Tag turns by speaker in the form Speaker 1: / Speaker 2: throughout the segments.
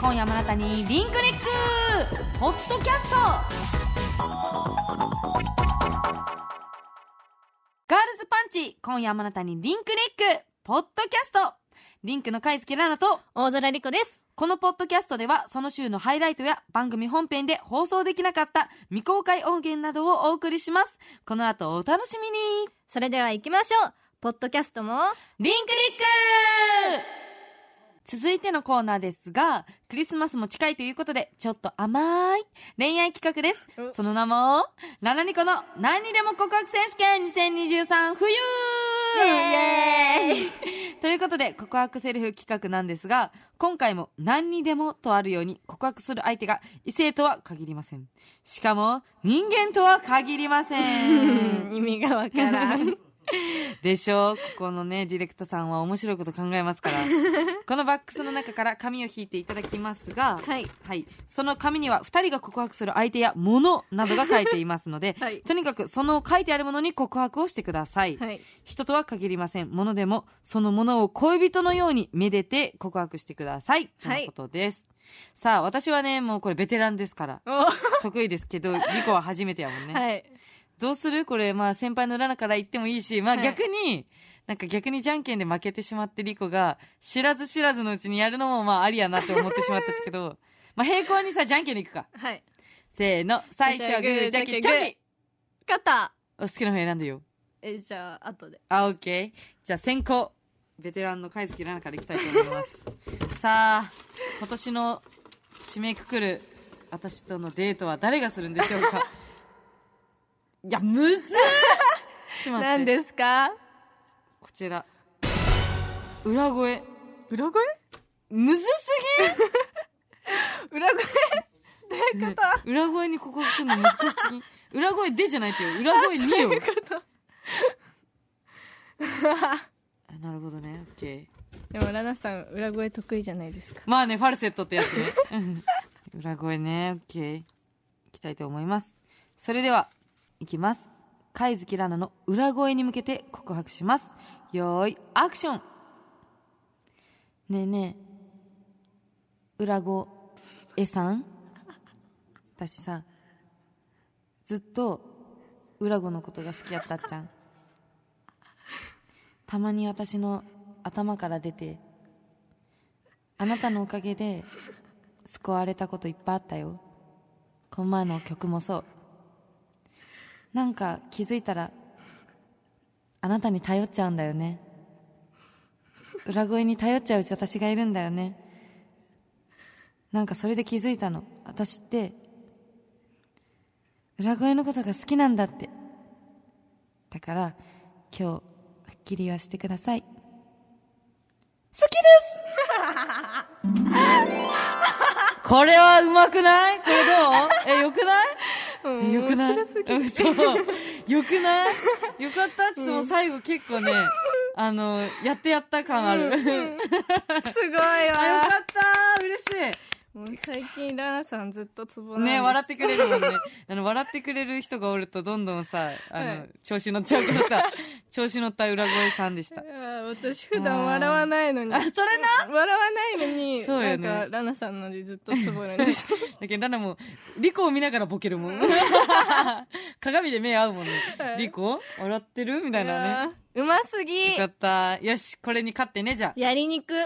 Speaker 1: 今夜もあなたにリンクリックポッドキャストガールズパンチ今夜もあなたにリンクリックポッドキャストリンクの貝月ラナと
Speaker 2: 大空莉子です。
Speaker 1: このポッドキャストではその週のハイライトや番組本編で放送できなかった未公開音源などをお送りしますこの後お楽しみに
Speaker 2: それでは行きましょう。ポッドキャストも、
Speaker 1: リンクリック続いてのコーナーですが、クリスマスも近いということで、ちょっと甘い恋愛企画です
Speaker 2: う。ん
Speaker 1: その名も、ラナニコの何にでも告白選手権2023冬
Speaker 2: イエー
Speaker 1: ということで、告白セルフ企画なんですが、今回も何にでもとあるように告白する相手が異性とは限りません。しかも、人間とは限りませ ん。
Speaker 2: 意味がわから ん。
Speaker 1: でしょうここのねディレクターさんは面白いこと考えますから このバックスの中から紙を引いていただきますが、
Speaker 2: はい。
Speaker 1: はい、その紙には2人が告白する相手や物などが書いていますので、
Speaker 2: はい
Speaker 1: とにかくその書いてあるものに告白をしてください、
Speaker 2: はい。
Speaker 1: 人とは限りません物でもその物を恋人のようにめでて告白してくださいと
Speaker 2: はい
Speaker 1: のことです、さあ私はねもうこれベテランですから得意ですけ どリコは初めてやもんね、
Speaker 2: はい。
Speaker 1: どうするこれ、まあ先輩のラナから言ってもいいし、まあ
Speaker 2: はい
Speaker 1: 逆に、なんか逆にじゃんけんで負けてしまってリコが、知らず知らずのうちにやるのもまあありやなって思ってしまったんですけど、 まあ平行にさ、じゃんけんでいくか。
Speaker 2: はい。
Speaker 1: せーの、最初はグー、じゃんけん、チョキ
Speaker 2: 肩。
Speaker 1: お好きな方選んでよ。
Speaker 2: え、じゃあ、後で。
Speaker 1: あ、オッケー。じゃあ先行、ベテランの貝月ラナからいきたいと思い ます。さあ、今年の締めくくる、私とのデートは誰がするんでしょう かいや、むず っちょっと待って
Speaker 2: 何ですか
Speaker 1: こちら。裏声。
Speaker 2: 裏声
Speaker 1: むずす
Speaker 2: 裏声
Speaker 1: ぎん裏声に告白するの難しすぎん裏声でじゃないってよ。裏声によ。あなるほどね。オッケー。
Speaker 2: でも、ラナさん、裏声得意じゃないですか。
Speaker 1: まあね、ファルセットってやつね。うん 裏声ね。オッケー。いきたいと思います。それでは、いきます。貝月ラナの裏声に向けて告白します。よーい、アクションねえねえ、裏声、えさん私さ、ずっと、裏子のことが好きやったっちゃん。たまに私の頭から出て、あなたのおかげで救われたこといっぱいあったよこの前の曲もそうなんか気づいたらあなたに頼っちゃうんだよね裏声に頼っちゃううち私がいるんだよねなんかそれで気づいたの私って裏声のことが好きなんだってだから今日はっきり言わせてください好きですこれはうまくないこれどうえ、よくないえよくない
Speaker 2: 面白すぎる
Speaker 1: うんそう。よくないよかったちょっともう最後結構ね、あの、やってやった感ある。あ、よ
Speaker 2: すごい
Speaker 1: か
Speaker 2: わ。
Speaker 1: った嬉し
Speaker 2: もう最近、ラナさんずっとツボ
Speaker 1: いね、笑
Speaker 2: っ
Speaker 1: ってくれるもんね。あの、笑ってくれる人がおるとどんどんさ、あの、
Speaker 2: はい
Speaker 1: 調子乗っちゃうからさ、 調子乗った裏声さんでした。
Speaker 2: 私普段笑わないのに。
Speaker 1: あ、それな
Speaker 2: 笑わないのに、
Speaker 1: そうよね
Speaker 2: なんか、ラナさんのでずっとつぼるんです。
Speaker 1: だけど、ラナも、リコを見ながらボケるもん。 鏡で目合うもんね
Speaker 2: は。い
Speaker 1: リコ笑ってるみたいなね。
Speaker 2: うますぎ
Speaker 1: よかった。よし、これに勝ってね、じゃ
Speaker 2: やりにく。
Speaker 1: あ。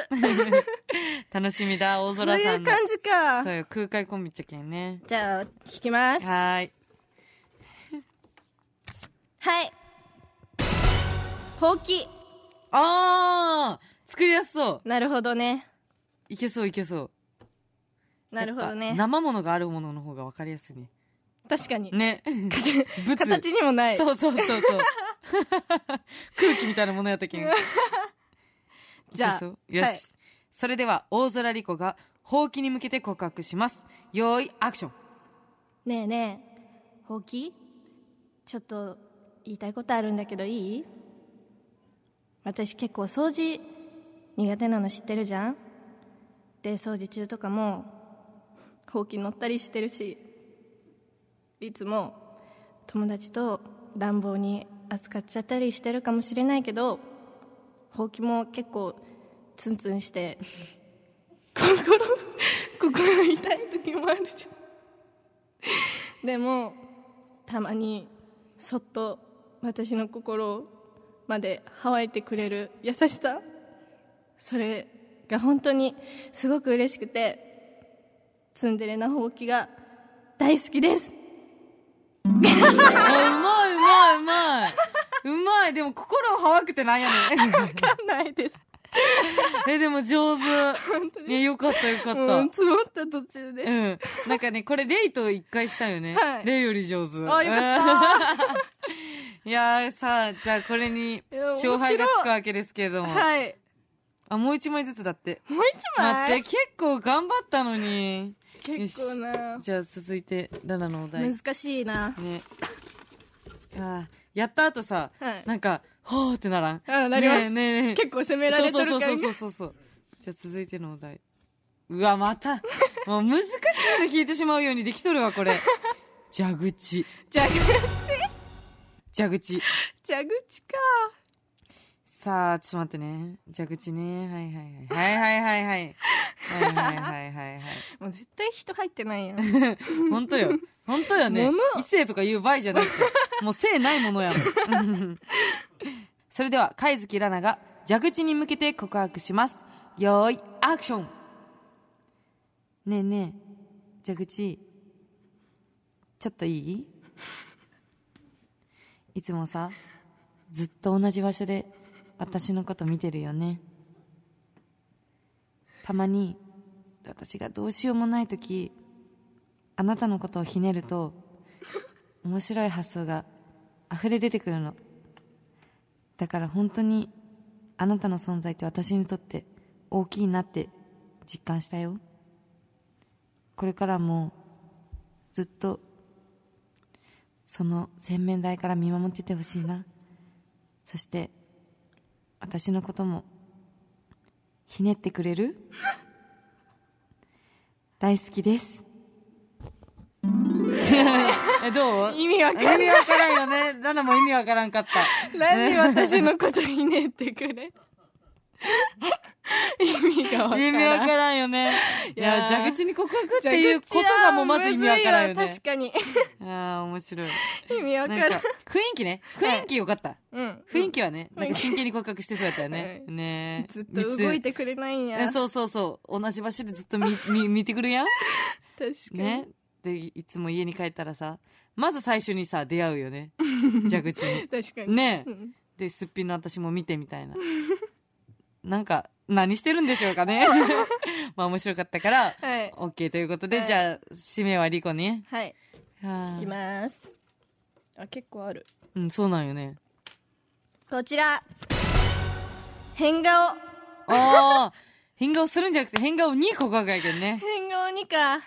Speaker 1: 楽しみだ、大
Speaker 2: そう
Speaker 1: 空
Speaker 2: い
Speaker 1: さ
Speaker 2: うん
Speaker 1: の。
Speaker 2: 感じか
Speaker 1: そ。うよ、空海コンビっちゃけんね。
Speaker 2: じゃあ、聞きます。は
Speaker 1: はーい。
Speaker 2: い。ほうき。
Speaker 1: あー作りやすそう。
Speaker 2: なるほどね。
Speaker 1: いけそう、いけそう。
Speaker 2: なるほど
Speaker 1: やっ
Speaker 2: ね
Speaker 1: ぱ。生ものがあるものの方が分かりやすいね。
Speaker 2: 確かに。
Speaker 1: ね。物
Speaker 2: 形にもない。
Speaker 1: そうそうそう そう。空気みたいなものやったけん。
Speaker 2: じゃあ
Speaker 1: いけそうよし。
Speaker 2: はい
Speaker 1: それでは、大空莉子が、ほうきに向けて告白します。よーい、アク ション。
Speaker 2: ねえねえ、ほうきちょっと言いたいことあるんだけどいい私結構掃除苦手なの知ってるじゃんで掃除中とかもほうき乗ったりしてるしいつも友達と暖房に扱っちゃったりしてるかもしれないけど ほうきも結構ツンツンして心心痛い時もあるじゃんでもたまにそっと私の心まではわいてくれる優しさそれが本当にすごく嬉しくてツンデレなほうきが大好きです
Speaker 1: あうまいうまいうまいうまいでも心はわくてなんやねん
Speaker 2: わかんないです
Speaker 1: えでも上手
Speaker 2: 本当に
Speaker 1: ねよかったよかった、
Speaker 2: うん積もった途中で、
Speaker 1: うん。なんかね、これ、レイと一回したよね。
Speaker 2: はい
Speaker 1: レイより上手。
Speaker 2: あよか
Speaker 1: った。 いやーさあ、じゃあこれに
Speaker 2: いや面白
Speaker 1: 勝
Speaker 2: い
Speaker 1: 敗がつくわけですけれども。
Speaker 2: はい
Speaker 1: あ、もう一枚ずつだって。
Speaker 2: もう一
Speaker 1: 待って、
Speaker 2: 枚
Speaker 1: 結構頑張ったのに。
Speaker 2: 結構な
Speaker 1: じゃあ続いて、ララのお題。ね。
Speaker 2: 難しいな
Speaker 1: あーやった後さ、
Speaker 2: はい
Speaker 1: なんか、ほーってならん。
Speaker 2: あなりま
Speaker 1: ね
Speaker 2: す
Speaker 1: えねえねえ
Speaker 2: 結構責められてる
Speaker 1: そうそ
Speaker 2: 感が
Speaker 1: うそうそうそうそうじゃあ続いてのお題うわま たもう難しいの引いてしまうようにできとるわこれ蛇口
Speaker 2: 蛇口
Speaker 1: 蛇口
Speaker 2: 蛇口か
Speaker 1: さあちょっと待ってね蛇口ねはいはいはいはいはいはいはいはいはいはいはい
Speaker 2: もう絶対人入ってないやん
Speaker 1: 本当よ本当よね
Speaker 2: 物
Speaker 1: 異性とか言う場合じゃないですよもう性ないものやもんうんそれでは貝月ラナが蛇口に向けて告白しますよーいアクションねえねえ蛇口ちょっといいいつもさずっと同じ場所で私のこと見てるよねたまに私がどうしようもない時あなたのことをひねると面白い発想が溢れ出てくるのだから本当にあなたの存在って私にとって大きいなって実感したよこれからもずっとその洗面台から見守っててほしいなそして私のこともひねってくれる大好きです えどう
Speaker 2: 意味わかんない
Speaker 1: 意味わからんよねラナも意味わからんかった
Speaker 2: 何私のことひねって くれ意味がわからん
Speaker 1: 意味わからんよねいや
Speaker 2: いやー
Speaker 1: 蛇口に告白っていうことがもうまず意味わからんよ
Speaker 2: むずい
Speaker 1: ね
Speaker 2: わ確かに
Speaker 1: ああ面白い
Speaker 2: 意味わか
Speaker 1: なんから
Speaker 2: ん
Speaker 1: 雰囲気ね雰囲気よかった
Speaker 2: うん
Speaker 1: 雰囲気はね
Speaker 2: うん
Speaker 1: なんか真剣に告白してそうやったよね
Speaker 2: はい
Speaker 1: ねえ
Speaker 2: ずっと動いてくれないん
Speaker 1: え
Speaker 2: や
Speaker 1: そうそうそう同じ場所でずっと 見見見てくるやん
Speaker 2: 確かに
Speaker 1: ねでいつも家に帰ったらさまず最初にさ出会うよ ね蛇口に
Speaker 2: 確かに
Speaker 1: ねえ
Speaker 2: うん
Speaker 1: ですっぴんの私も見てみたいな なんか何してるんでしょうか ねまあ面白かったから
Speaker 2: はい
Speaker 1: OK ということで、
Speaker 2: はい
Speaker 1: じゃあ締めはリコね
Speaker 2: はい
Speaker 1: はあ
Speaker 2: いきますあ結構ある
Speaker 1: うんそうなんよね
Speaker 2: こちら変顔
Speaker 1: ああ変顔するんじゃなくて変顔に告白やけどね
Speaker 2: 変顔にかう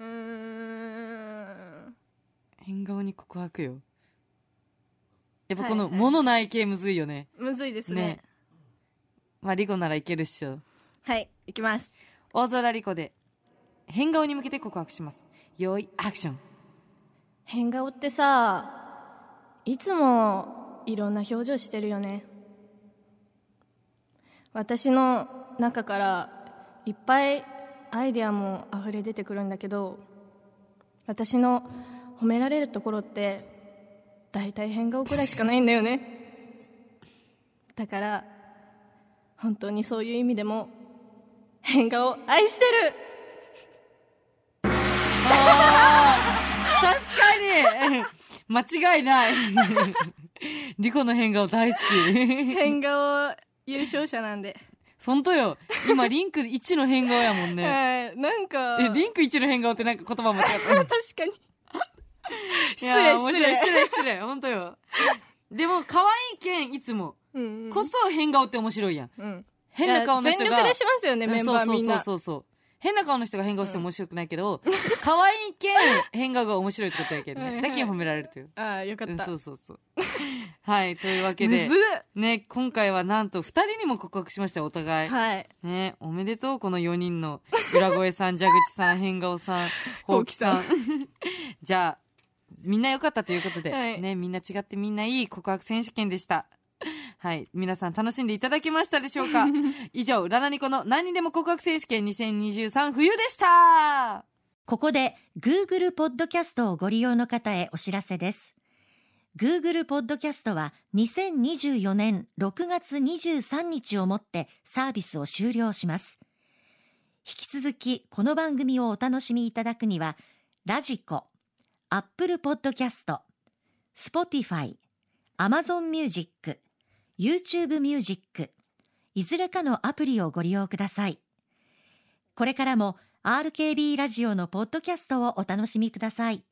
Speaker 2: ーん
Speaker 1: 変顔に告白よやっぱこ
Speaker 2: は
Speaker 1: の
Speaker 2: いはい
Speaker 1: 物ない系むずいよね
Speaker 2: むずいです
Speaker 1: ね
Speaker 2: ね
Speaker 1: まあリコならいけるっしょ
Speaker 2: はいいきます
Speaker 1: 大空リコで変顔に向けて告白します用意アクション
Speaker 2: 変顔ってさいつもいろんな表情してるよね私の中からいっぱいアイデアも溢れ出てくるんだけど私の褒められるところって大体変顔くらいしかないんだよねだから本当にそういう意味でも変顔を愛してる
Speaker 1: 確かに間違いないリコの変顔大好き
Speaker 2: 変顔優勝者なんで
Speaker 1: そんとよ今リンク1の変顔やもんね
Speaker 2: はい、なんか。
Speaker 1: えリンク1の変顔ってなんか言葉間違った
Speaker 2: 確かに。 失
Speaker 1: いや
Speaker 2: 礼、
Speaker 1: ー面白
Speaker 2: 失
Speaker 1: い
Speaker 2: 礼。
Speaker 1: 失礼失礼ほんとよでも可愛いけんいつも
Speaker 2: うんうん
Speaker 1: こそ変顔って面白いやん
Speaker 2: うん
Speaker 1: 変な顔の人
Speaker 2: いや
Speaker 1: が
Speaker 2: 全力でしますよね、メンバーみんな。
Speaker 1: そうそうそうそう変な顔の人が変顔しても面白くないけど、可愛いけん変顔が面白いってことやけどね
Speaker 2: はいはい
Speaker 1: だけん褒められるという
Speaker 2: ああ、よかっ
Speaker 1: うん
Speaker 2: た。
Speaker 1: そうそう そうはいというわけで
Speaker 2: むずっ
Speaker 1: ね今回はなんと2人にも告白しましたよお互い、
Speaker 2: はい。
Speaker 1: ねおめでとうこの4人の裏声さん蛇口さん変顔 さんほうきさん じゃあみんな良かったということで、
Speaker 2: はい
Speaker 1: ねみんな違ってみんないい告白選手権でしたはい。皆さん楽しんでいただけましたでしょう か以上、ラナニコの何にでも告白選手権2023冬でした
Speaker 3: ここで Google ポッドキャストをご利用の方へお知らせです。Google ポッドキャストは2024年6月23日をもってサービスを終了します。引き続きこの番組をお楽しみいただくには、ラジコ、Apple ポッドキャスト、Spotify、Amazon Music、YouTube Music、いずれかのアプリをご利用ください。これからも RKB ラジオのポッドキャストをお楽しみください。